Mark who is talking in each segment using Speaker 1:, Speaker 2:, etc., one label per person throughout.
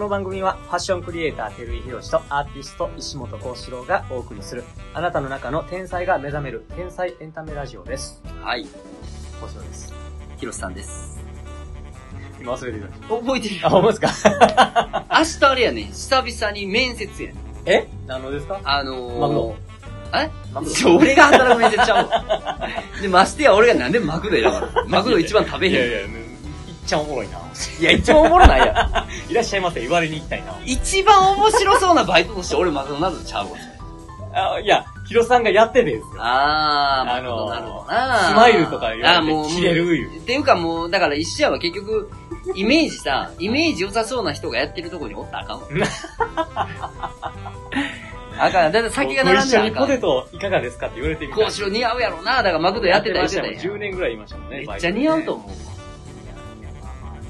Speaker 1: の番組はファッションクリエイター照井宏とアーティスト石本幸四郎がお送りするあなたの中の天才が目覚める天才エンタメラジオです。
Speaker 2: はい、
Speaker 1: 幸四郎です。
Speaker 2: ヒロシさんです。
Speaker 1: 今忘れてた。
Speaker 2: 覚えてる
Speaker 1: あ、ほんまですか
Speaker 2: 明日あれやね、久々に面接やね。
Speaker 1: え何のですか
Speaker 2: あのー、
Speaker 1: マクド
Speaker 2: え
Speaker 1: マクド
Speaker 2: ちょ俺が働く面接ちゃうわ。で、ましてや俺がなんでマクドやだから。マクド一番食べへん。いやいや、
Speaker 1: や、いっちゃんおもろいな。
Speaker 2: 一番おもろないやん。
Speaker 1: いらっしゃいませ、言われに行きたいな。
Speaker 2: 一番面白そうなバイトとして俺マクドナルドちゃうわ。
Speaker 1: あいや、ヒロさんがやってるんですよ。
Speaker 2: あー、
Speaker 1: あのー
Speaker 2: なるほどな
Speaker 1: スマイルとか言
Speaker 2: あー
Speaker 1: わ
Speaker 2: も
Speaker 1: れ
Speaker 2: う
Speaker 1: て切れるいう。
Speaker 2: っていうかもう、だから石屋は結局、イメージさ、イメージ良さそうな人がやってるとこにおったらあか んわ。あかん。だって先が並んで
Speaker 1: もう
Speaker 2: る
Speaker 1: 一
Speaker 2: か
Speaker 1: 緒にポテ
Speaker 2: ら。
Speaker 1: トいかがですかって言われてみた
Speaker 2: 講師を似合うやろな。だからマクドやってた
Speaker 1: や
Speaker 2: り
Speaker 1: っ
Speaker 2: してて
Speaker 1: ま
Speaker 2: た
Speaker 1: した
Speaker 2: や
Speaker 1: よ。10
Speaker 2: ん。
Speaker 1: 年ぐらいいましたもんね。
Speaker 2: めっちゃ似合うと
Speaker 1: 思
Speaker 2: 思うわ。
Speaker 1: う。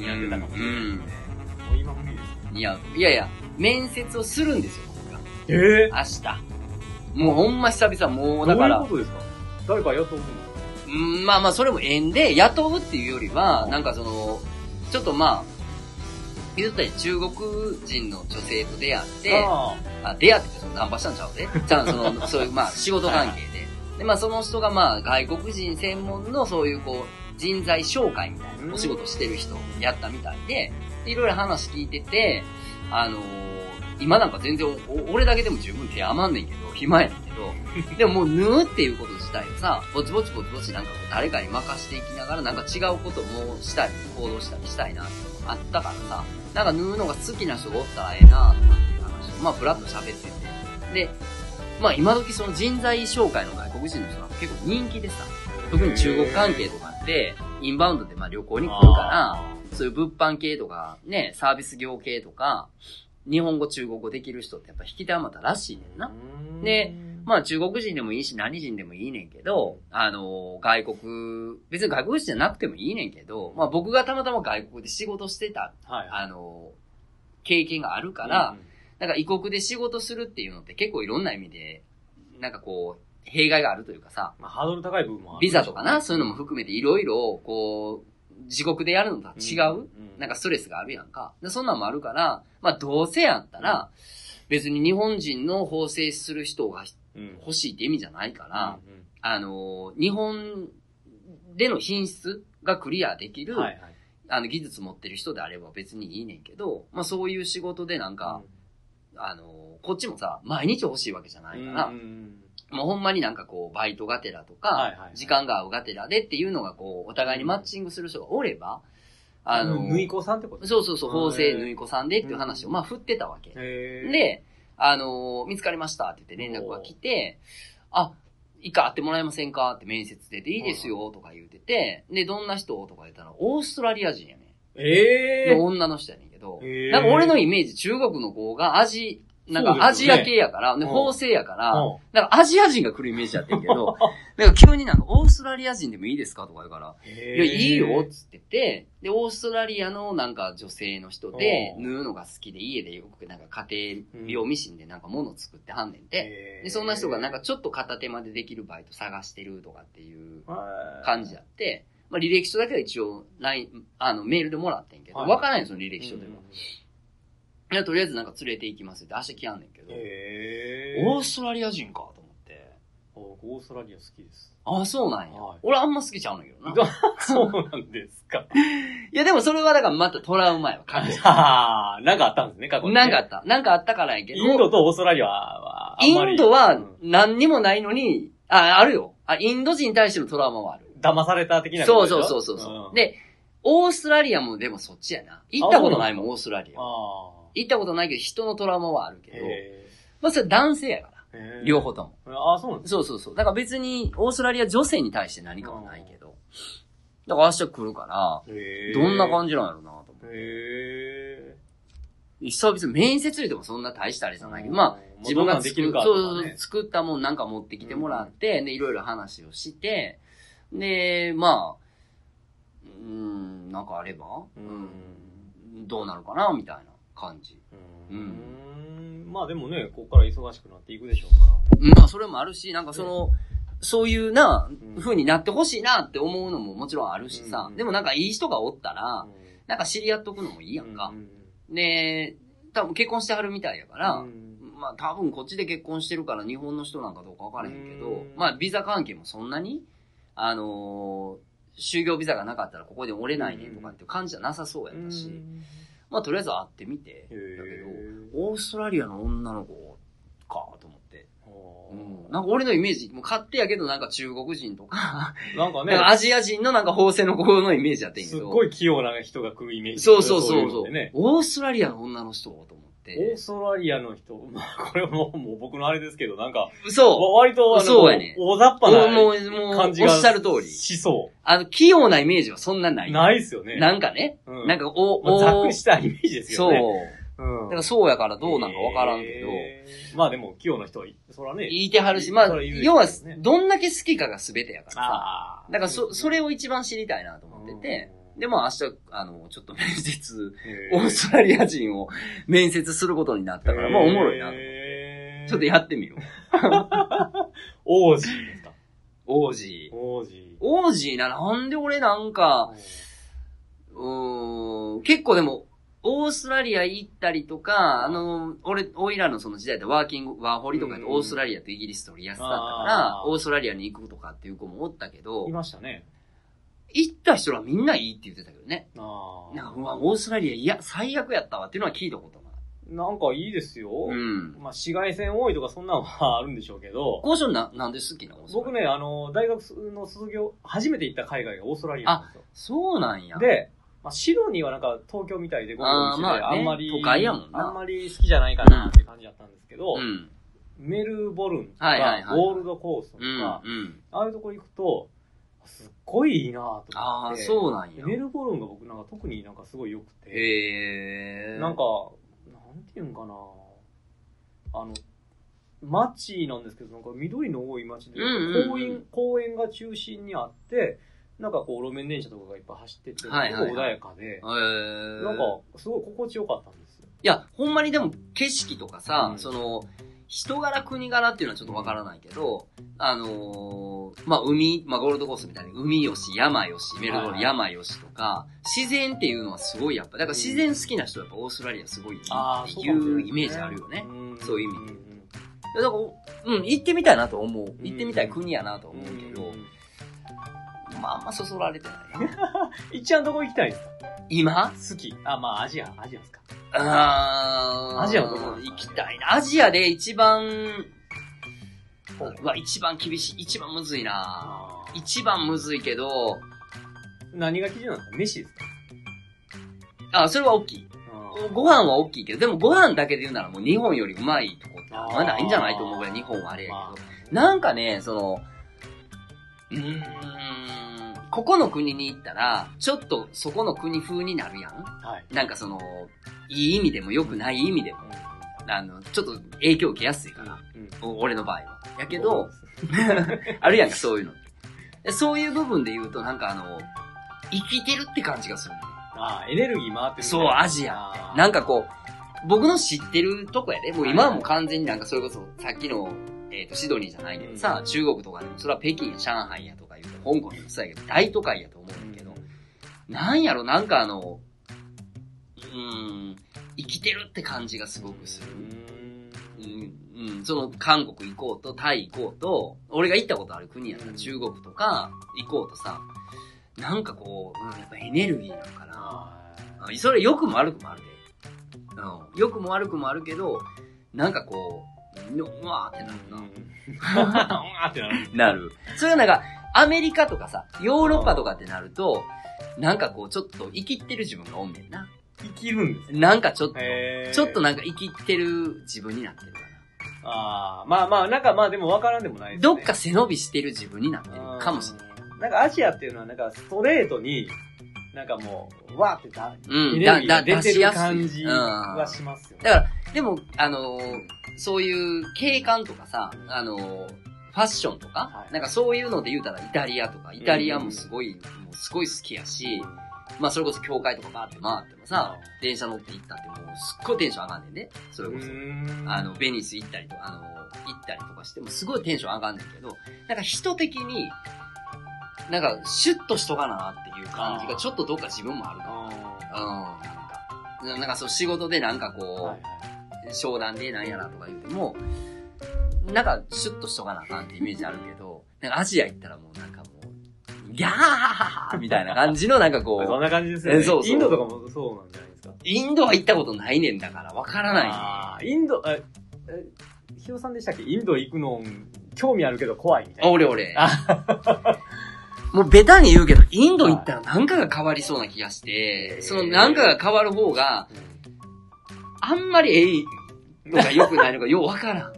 Speaker 1: 似合ってたかもしれない。
Speaker 2: うん
Speaker 1: もう今無理です。
Speaker 2: 似合う。いやいや、面接をするんですよ、僕が
Speaker 1: えー、
Speaker 2: 明日。もうほんま久々、もうだから。
Speaker 1: どういうことですか誰か雇うんですか
Speaker 2: うん、まあまあ、それも縁で、雇うっていうよりは、なんかその、ちょっとまあ、言ったら中国人の女性と出会って、
Speaker 1: あ
Speaker 2: あ出会ってってそのナンパしたんちゃうで、ちゃんその、そういうまあ仕事関係で。で、まあその人がまあ外国人専門のそういうこう、人材紹介みたいなお仕事してる人やったみたいで、でいろいろ話聞いてて、あのー今なんか全然お俺だけでも十分手余んねんけど、暇やねんけど、でももう縫うっていうこと自体をさ、ぼちぼちぼちぼちなんかこう誰かに任していきながらなんか違うこともしたり、行動したりしたいなっていうのがあったからさ、なんか縫うのが好きな人がおったらええなとかっていう話を、まあブラッと喋ってて。で、まあ今時その人材紹介の外国人の人が結構人気でさ、特に中国関係とかって、インバウンドでまあ旅行に来るから、そういう物販系とか、ね、サービス業系とか、日本語、中国語できる人ってやっぱ引き手余ったらしいねんな。
Speaker 1: ー
Speaker 2: で、まあ中国人でもいいし何人でもいいねんけど、あの、外国、別に外国人じゃなくてもいいねんけど、まあ僕がたまたま外国で仕事してた、
Speaker 1: はい。
Speaker 2: あの、経験があるから、なんか異国で仕事するっていうのって結構いろんな意味で、なんかこう、弊害があるというかさ、
Speaker 1: まあ、ハードル高い部分もある
Speaker 2: ビザとかな、そういうのも含めていろいろ、こう、自国でやるのとは違う、なんかストレスがあるやんか。でそんなんもあるから、まあどうせやったら、別に日本人の法制する人が
Speaker 1: うん、
Speaker 2: 欲しいって意味じゃないから、
Speaker 1: うんうん
Speaker 2: あのー、日本での品質がクリアできる、
Speaker 1: はいはい。
Speaker 2: あの技術持ってる人であれば別にいいねんけど、まあそういう仕事でなんか、あのー、こっちもさ、毎日欲しいわけじゃないから、
Speaker 1: うんうんうん
Speaker 2: もうほんまになんかこう、バイトがてらとか、
Speaker 1: はいはいはい
Speaker 2: 時間が合うがてらでっていうのがこう、お互いにマッチングする人がおれば、あのー、
Speaker 1: 縫い子さんってこと
Speaker 2: そうそうそう、法制
Speaker 1: うん
Speaker 2: 縫い子さんでっていう話を、
Speaker 1: うん
Speaker 2: まあ振ってたわけ。
Speaker 1: へー、
Speaker 2: で、あのー見つかりましたって言って連絡が来て、あ、一回会ってもらえませんかって面接で、で、いいですよとか言ってて、で、どんな人とか言ったら、オーストラリア人やね
Speaker 1: え
Speaker 2: の
Speaker 1: ー、
Speaker 2: 女の人やねんけど、
Speaker 1: えー
Speaker 2: なんか俺のイメージ、中国の子がアジ、なん
Speaker 1: そう
Speaker 2: かア
Speaker 1: ですよ
Speaker 2: ジ
Speaker 1: ね
Speaker 2: ア系やから、で
Speaker 1: うん
Speaker 2: 法制やから、
Speaker 1: うん
Speaker 2: なんかアジア人が来るイメージやってんけ ど、なんか急になんかオーストラリア人でもいいですかとか言うから、いや、いいよっつってて、で、オーストラリアのなんか女性の人で、
Speaker 1: うん
Speaker 2: 縫うのが好きで、家でよくなんか家庭用ミシンでなんか物を作ってはんねんて。
Speaker 1: へー
Speaker 2: で、そんな人がなんかちょっと片手間でできるバイト探してるとかっていう感じやって、まあ履歴書だけは一応、ライン、あの、メールでもらってんけど、
Speaker 1: はい
Speaker 2: わからないんですよ、履
Speaker 1: で
Speaker 2: 歴書でも。いや、とりあえずなんか連れて行きますって、明日来やんねんけど、
Speaker 1: えー、
Speaker 2: オーストラリア人かと思って。
Speaker 1: 僕オーストラリア好きです。
Speaker 2: ああ、そうなんや
Speaker 1: はい。
Speaker 2: 俺あんま好きちゃうねんだけどな。
Speaker 1: そうなんですか。
Speaker 2: いや、でもそれはだからまたトラウマやわ、過去
Speaker 1: あーなんかあったんですね、過去にね、
Speaker 2: なんかあった。なんかあったからやけど。
Speaker 1: インドとオーストラリアは、あんまり
Speaker 2: イン
Speaker 1: う
Speaker 2: ドは
Speaker 1: ん
Speaker 2: 何にもないのに、あ、あるよ。あ、インド人に対してのトラウマはある。
Speaker 1: 騙された的なこ
Speaker 2: そ
Speaker 1: と
Speaker 2: う
Speaker 1: でし
Speaker 2: そ
Speaker 1: ょ
Speaker 2: うそうそうそう、
Speaker 1: ん
Speaker 2: で、オーストラリアもでもそっちやな。行ったことないもん、オーストラリア。
Speaker 1: あ
Speaker 2: 行ったことないけど、人のトラウマはあるけ
Speaker 1: ー
Speaker 2: ど。
Speaker 1: へ
Speaker 2: まあそれ男性やか
Speaker 1: ーへ
Speaker 2: ら。
Speaker 1: ー
Speaker 2: 両方とも。
Speaker 1: あー、そうなんです
Speaker 2: そうそうそう。だから別に、オーストラリア女性に対して何かはないけど。だから明日来るか
Speaker 1: へ
Speaker 2: ら、
Speaker 1: ー
Speaker 2: どんな感じなんやろうなと思って。
Speaker 1: へ
Speaker 2: 久々、面接でもそんな大したあれじゃないけど、まあ、
Speaker 1: ー
Speaker 2: 自分
Speaker 1: まあ
Speaker 2: が
Speaker 1: どんなん
Speaker 2: 作
Speaker 1: できるか
Speaker 2: そ
Speaker 1: と
Speaker 2: う
Speaker 1: か
Speaker 2: そう
Speaker 1: ね。
Speaker 2: 作ったもんなんか持ってきてもらって、で、いろいろ話をして、で、まあ、うーん、なんかあれば、
Speaker 1: う
Speaker 2: うんどうなるかな、みたいな感じ。
Speaker 1: んうんまあでもね、ここから忙しくなっていくでしょうから。
Speaker 2: まあ、それもあるし、なんかその、そういうな、
Speaker 1: うん
Speaker 2: 風になってほしいなって思うのももちろんあるしさ、
Speaker 1: うん
Speaker 2: でもなんかいい人がおったら、
Speaker 1: う
Speaker 2: なんか知り合っとくのもいいやんか。
Speaker 1: う
Speaker 2: で、多分結婚してはるみたいやから、
Speaker 1: ん
Speaker 2: まあ多分こっちで結婚してるから日本の人なんかどうかわからへんけ
Speaker 1: う
Speaker 2: ど
Speaker 1: ん、
Speaker 2: まあビザ関係もそんなに、あのー就業ビザがなかったらここで折れないねとかっていう感じじゃなさそうやったし、まあとりあえず会ってみて、だけど、オーストラリアの女の子かと思って、うんなんか俺のイメージ、もう勝手やけどなんか中国人とか、
Speaker 1: なんか
Speaker 2: なんか
Speaker 1: ね、
Speaker 2: アジア人のなんか法制の子のイメージやってんけど、
Speaker 1: すっごい器用な人が来るイメージ。
Speaker 2: そうそうそうそう
Speaker 1: いのでね
Speaker 2: オーストラリアの女の人と思っ
Speaker 1: オー
Speaker 2: て、
Speaker 1: ストラリアの人、 まあ、これももう僕のあれですけど、なんか、
Speaker 2: そ
Speaker 1: わ
Speaker 2: う
Speaker 1: 割とあの、
Speaker 2: そうやね
Speaker 1: 大雑
Speaker 2: も
Speaker 1: 把
Speaker 2: う、
Speaker 1: な
Speaker 2: もう、もう、お
Speaker 1: 感
Speaker 2: っ
Speaker 1: じが
Speaker 2: しゃる通り。
Speaker 1: しそ
Speaker 2: あの、器用なイメージはそんなな
Speaker 1: う。
Speaker 2: い。
Speaker 1: ないっすよね。
Speaker 2: なんかね、
Speaker 1: うん
Speaker 2: なんか、お、
Speaker 1: まあ
Speaker 2: お、
Speaker 1: ざっくりしたイメージです
Speaker 2: そ
Speaker 1: よ
Speaker 2: う。
Speaker 1: ね。
Speaker 2: だ
Speaker 1: う
Speaker 2: か
Speaker 1: ん
Speaker 2: らそうやからどうなんかわからんけど、
Speaker 1: えーまあでも、器用な人は、そらね。
Speaker 2: 言いてはるし、ま
Speaker 1: そ
Speaker 2: あ、
Speaker 1: れ言うでしょうね
Speaker 2: 要は、どんだけ好きかが全てやからさ。
Speaker 1: ああ
Speaker 2: だから、そ、そ
Speaker 1: れ
Speaker 2: れを一番知りたいなと思ってて、、で、
Speaker 1: も、
Speaker 2: まあ明日、あの、ちょっと面接、
Speaker 1: へー
Speaker 2: オーストラリア人を面接することになったから、まあおもろいな。
Speaker 1: へー
Speaker 2: ちょっとやってみよう。
Speaker 1: 王子ですか
Speaker 2: 王子。
Speaker 1: 王子。
Speaker 2: 王子な、なんで俺なんか、うーん、結構でも、オーストラリア行ったりとか、あの、俺、オイラのその時代でワーキング、ワーホリとかで
Speaker 1: うん
Speaker 2: オーストラリアとイギリス取りやすかったか
Speaker 1: あ
Speaker 2: ら、
Speaker 1: ー
Speaker 2: オーストラリアに行くとかっていう子もおったけど
Speaker 1: い、ましたね。
Speaker 2: 行った人らみんないいって言ってたけどね。
Speaker 1: あ
Speaker 2: な
Speaker 1: あ
Speaker 2: んか、うわ、オーストラリア、いや、最悪やったわっていうのは聞いたことない。
Speaker 1: なんかいいですよ。
Speaker 2: うん。
Speaker 1: まあ、紫外線多いとかそんなのはあるんでしょうけど、
Speaker 2: 交渉な、なんで好きなのオーストラ
Speaker 1: 僕
Speaker 2: リア
Speaker 1: ね、あの、大学の卒業、初めて行った海外がオーストラリアなんですよ。
Speaker 2: そうなんや。、
Speaker 1: で、まあ、シドニーはなんか東京みたいでゴロゴロしてて、
Speaker 2: あーまあね
Speaker 1: んまり、
Speaker 2: 都会やもんな
Speaker 1: あんまり好きじゃないかなって感じだったんですけど、
Speaker 2: うん。
Speaker 1: メルボルンとか、
Speaker 2: はいはいはい
Speaker 1: ゴールドコーストと
Speaker 2: う
Speaker 1: か、
Speaker 2: ん。
Speaker 1: あ
Speaker 2: うん。
Speaker 1: あいうとこ行くと、すっごいいいなと思って。
Speaker 2: ああ、そうなんや。
Speaker 1: メルボルンが僕なんか特になんかすごい良くて、
Speaker 2: へえ。
Speaker 1: なんか、、なんていうんかなあの、街なんですけど、なんか緑の多い街で、
Speaker 2: うんうんうん
Speaker 1: 公園、公園が中心にあって、なんかこう路面電車とかがいっぱい走ってて、
Speaker 2: はいはいはい
Speaker 1: すごい穏やかで、
Speaker 2: へえ。
Speaker 1: なんかすごい心地よかったんですよ。
Speaker 2: いや、ほんまにでも景色とかさ、
Speaker 1: うん
Speaker 2: その、人柄、国柄っていうのはちょっとわからないけど、あのーまあ、海、まあ、ゴールドコーストみたいに、海よし、山よし、メルボル
Speaker 1: は
Speaker 2: ン
Speaker 1: い
Speaker 2: 山よしとか、自然っていうのはすごいやっぱ、だから自然好きな人はやっぱオーストラリアすごいよねっていうイメージあるよね。そういう意味でいやだから、うん、行ってみたいなと思う。行ってみたい国やなと思うけど、まあ、あんまそそられてないな。
Speaker 1: いっちゃんどこ行きたいですか
Speaker 2: 今
Speaker 1: 好き。あ、まあアジア、アジアですか。
Speaker 2: あー
Speaker 1: アジアのどこ
Speaker 2: 行きたいな。アジアで一番
Speaker 1: ほう
Speaker 2: うわ、一番厳しい。一番むずいな
Speaker 1: あー
Speaker 2: 一番むずいけど、
Speaker 1: 何が基準なんですか飯ですか
Speaker 2: あ、それは大きい。ご飯は大きいけど、でもご飯だけで言うならもう日本よりうまいとこってあんまないんじゃないと思うからい日本はあれや
Speaker 1: ま
Speaker 2: け
Speaker 1: あ
Speaker 2: ど。なんかね、その、うーん、ここの国に行ったら、ちょっとそこの国風になるやん
Speaker 1: はい。
Speaker 2: なんかその、いい意味でも良くない意味でも、あの、ちょっと影響受けやすいから、
Speaker 1: うん
Speaker 2: お俺の場合は。やけど、、 あるやんか、そういうの。でそういう部分で言うと、なんかあの、生きてるって感じがするの。
Speaker 1: ああ、エネルギー回ってる。
Speaker 2: そう、アジア。
Speaker 1: ア
Speaker 2: なんかこう、僕の知ってるとこやで、もう今はもう完全になんかそれこそ、さっきの、えっ、と、シドニーじゃないけどさ、中国とかでも、それは北京、上海やとか言うと、香港でもそうやけど、大都会やと思うんだけど、なんやろ、なんかあの、うーん、生きてるって感じがすごくする。うん、うん、その韓国行こうと、タイ行こうと、俺が行ったことある国やったら
Speaker 1: うん
Speaker 2: 中国とか行こうとさ、なんかこう、うん、やっぱエネルギーなのかな。 あそれ良くも悪くもあるで。うん。良くも悪くもあるけど、なんかこう、のうわーってなるな。
Speaker 1: あってなる。
Speaker 2: なる。それがなんか、アメリカとかさ、ヨーロッパとかってなると、なんかこう、ちょっと生きってる自分がおんねんな。
Speaker 1: 生きるんです
Speaker 2: なんかちょっと、
Speaker 1: へー
Speaker 2: ちょっとなんか生きってる自分になってるかな。
Speaker 1: ああ、まあまあ、なんかまあでも分からんでもないです、ね。
Speaker 2: どっか背伸びしてる自分になってるかもしれない。
Speaker 1: うんなんかアジアっていうのはなんかストレートに、なんかもう、わーってだ、
Speaker 2: う
Speaker 1: エ
Speaker 2: ん、
Speaker 1: ネル
Speaker 2: だ、
Speaker 1: ギー
Speaker 2: だ、
Speaker 1: が
Speaker 2: 出
Speaker 1: 出て
Speaker 2: しや
Speaker 1: る
Speaker 2: すい。
Speaker 1: 感じ
Speaker 2: うん。
Speaker 1: はしますよね。
Speaker 2: だから、でも、あのーそういう景観とかさ、あのーファッションとか、
Speaker 1: はい
Speaker 2: なんかそういうので言うたらイタリアとか、イタリアもすごい、もうすごい好きやし、まあそれこそ教会とかバーって回ってもさ、電車乗って行ったってもうすっごいテンション上がんねんね。それ
Speaker 1: う
Speaker 2: こそ。
Speaker 1: ん
Speaker 2: あの、、ベニス行ったりとか、あの、行ったりとかしても、すごいテンション上がんねんけど、なんか人的に、なんか、シュッとしとかなっていう感じが、ちょっとどっか自分もあるな。
Speaker 1: あ
Speaker 2: うん、なんか。なんかそう仕事でなんか
Speaker 1: は
Speaker 2: こ、
Speaker 1: いう
Speaker 2: 商談でなんやらとか言うても、なんかシュッとしとかなあかんってイメージあるけど、なんかアジア行ったらもうなんかもう、ギャーみたいな感じのなんかこ
Speaker 1: はい。 そん
Speaker 2: う、
Speaker 1: な感じですよね。
Speaker 2: えそうそう
Speaker 1: インドとかもそうなんじゃないですか。
Speaker 2: インドは行ったことないねんだからわからない。
Speaker 1: あーインド、え、えひよさんでしたっけインド行くの、興味あるけど怖いみたいな。
Speaker 2: 俺俺
Speaker 1: あ。
Speaker 2: もうベタに言うけど、インド行ったらなんかが変わりそうな気がして、そのなんかが変わる方が、あんまりええのが良くないのかようわからん。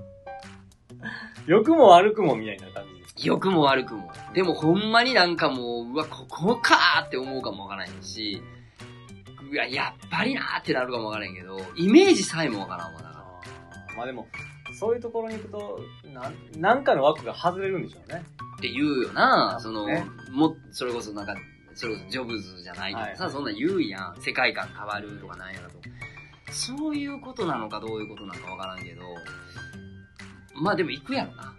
Speaker 1: 良くも悪くもみたいな感じです。
Speaker 2: 良くも悪くも。でもほんまになんかもう、うわ、ここかーって思うかもわからないし、うわ、やっぱりなーってなるかもわからんけど、イメージさえもわからんもんだから。
Speaker 1: あーまあでも、そういうところに行くと、なん、なんかの枠が外れるんでしょうね。
Speaker 2: って言うよな、その、
Speaker 1: ね
Speaker 2: も、それこそなんか、それこそジョブズじゃないけどさ、
Speaker 1: はい
Speaker 2: そんなん言うやん。世界観変わるとかなんやらと。そういうことなのかどういうことなのかわからんけど、まあでも行くやろな。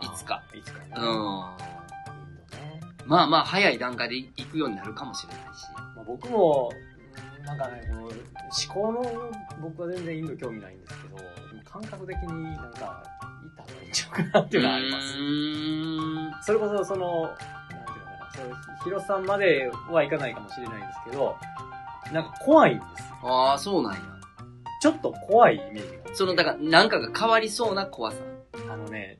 Speaker 2: いつか
Speaker 1: あー。いつかね。イン
Speaker 2: うん。
Speaker 1: ドね。
Speaker 2: まあまあ早い段階で行くようになるかもしれないし。
Speaker 1: まあ、僕も、なんかね、この思考の、僕は全然インド興味ないんですけど、でも感覚的になんか、行った方がいいんちゃうかなっていうのはありま
Speaker 2: う
Speaker 1: す。
Speaker 2: ーん
Speaker 1: それこそ、その、なんていうのかな、そのヒロさんまではいかないかもしれないんですけど、なんか怖いんですよ。
Speaker 2: ああ、そうなんや。
Speaker 1: ちょっと怖いイメージが。
Speaker 2: その、だから、なんかが変わりそうな怖さ。
Speaker 1: あのね、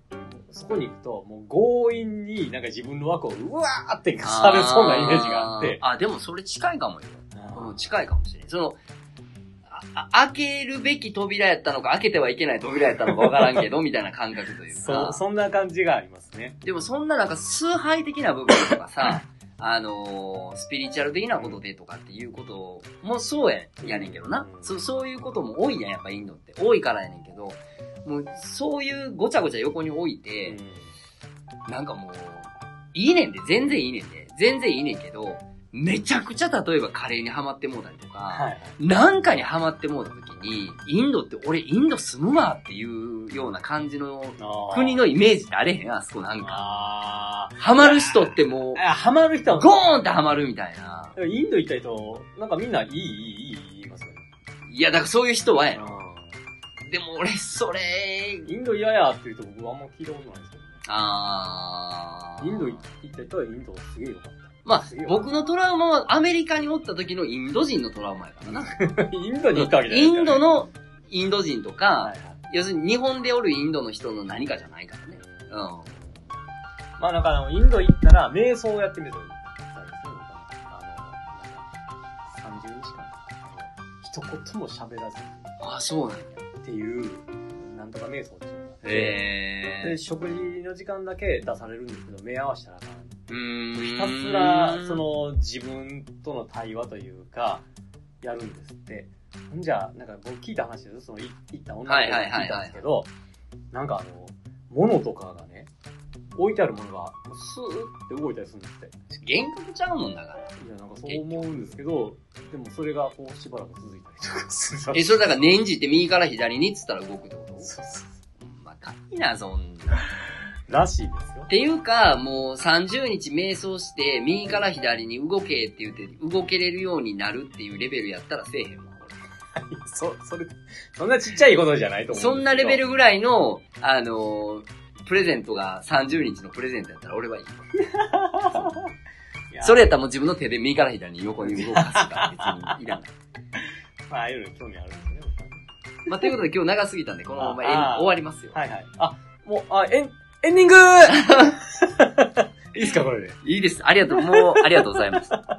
Speaker 1: そこに行くと、もう強引になんか自分の枠をうわーってされそうなイメージがあって、
Speaker 2: あー。あ、でもそれ近いかもよ。
Speaker 1: あ
Speaker 2: うん、近いかもしれない。その、ああ開けるべき扉やったのか、開けてはいけない扉やったのかわからんけ ど、みたいな感覚という
Speaker 1: そ
Speaker 2: か
Speaker 1: う、。そんな感じがありますね。
Speaker 2: でもそんななんか崇拝的な部分とかさ、 あのースピリチュアル的なことでとかっていうこともそうややねんけどな、
Speaker 1: うん
Speaker 2: そ。そういうことも多いやん、やっぱインドって。多いからやねんけど、もうそういうごちゃごちゃ横に置いて、なんかもう、いいねんで、全然いいねんで、全然いいねんけど、めちゃくちゃ例えばカレーにハマってもうたりとか、
Speaker 1: はい。
Speaker 2: なんかにハマってもうた時に、インドって俺インド住むわっていうような感じの国のイメージってあれへんあそこなんか。
Speaker 1: あー
Speaker 2: ハマる人っても
Speaker 1: あ、ハマる人
Speaker 2: う、
Speaker 1: は、
Speaker 2: ゴーンってハマるみたいな。
Speaker 1: でもインド行った人、なんかみんないい、いい、いい、言いますよね。
Speaker 2: いや、だからそういう人はやろ。でも俺、それ、
Speaker 1: インド嫌やっていうと僕はあんま聞いたことないですけどね。
Speaker 2: あー
Speaker 1: インド行った人はインドすげえよかった。
Speaker 2: まあ
Speaker 1: すげえ、よ
Speaker 2: 僕のトラウマはアメリカにおった時のインド人のトラウマやからな。
Speaker 1: インドに行ったわけじゃない
Speaker 2: インド、のインド人とか、
Speaker 1: はいはい
Speaker 2: 要するに日本でおるインドの人の何かじゃないからね。うん。
Speaker 1: まあなんかあの、インド行ったら、瞑想をやってみるといいあの、なんか、30日間、一言も喋らず
Speaker 2: あ、そうなんや。
Speaker 1: っていう、なんとか瞑想っていうのがあって
Speaker 2: へ
Speaker 1: で、食事の時間だけ出されるんですけど、目合わせたらあかん
Speaker 2: うーん。
Speaker 1: ひたすら、そ、の、自分との対話というか、やるんですって。ほんじゃ、なんか僕聞いた話ですよ。その、い行った女の子に聞いたんですけど、なんかあの、物とかがね、置いてあるものが、スーって動いたりするんですって。
Speaker 2: 幻覚ちゃうもんだか
Speaker 1: い
Speaker 2: ら。
Speaker 1: や、なんかそう思うんですけど、でもそれがこうしばらく続いたりとかするらしい
Speaker 2: え、それだから念じて右から左にっつったら動くってこと
Speaker 1: そうそう
Speaker 2: まあ、かいな、そんな。っ
Speaker 1: らしいですよ。
Speaker 2: ていうか、もう30日瞑想して、右から左に動けって言って、動けれるようになるっていうレベルやったらせえへんわ。
Speaker 1: そ、 それ、そんなちっちゃいことじゃないと思う
Speaker 2: そ
Speaker 1: ですけど
Speaker 2: んなレベルぐらいの、あのープレゼントが30日のプレゼントやったら俺はいい。
Speaker 1: いや
Speaker 2: それやったらもう自分の手で右から左に横に動かすから別にいらない。
Speaker 1: まあ、ああいうのに興味あるんですね。
Speaker 2: まあ、ということで今日長すぎたんで、このままエン
Speaker 1: ああ
Speaker 2: 終わりますよ。
Speaker 1: はいはい。あ、もう、あ、エン、エンディング いいですか、これで。
Speaker 2: いいです。ありがとう。もう、ありがとうございました。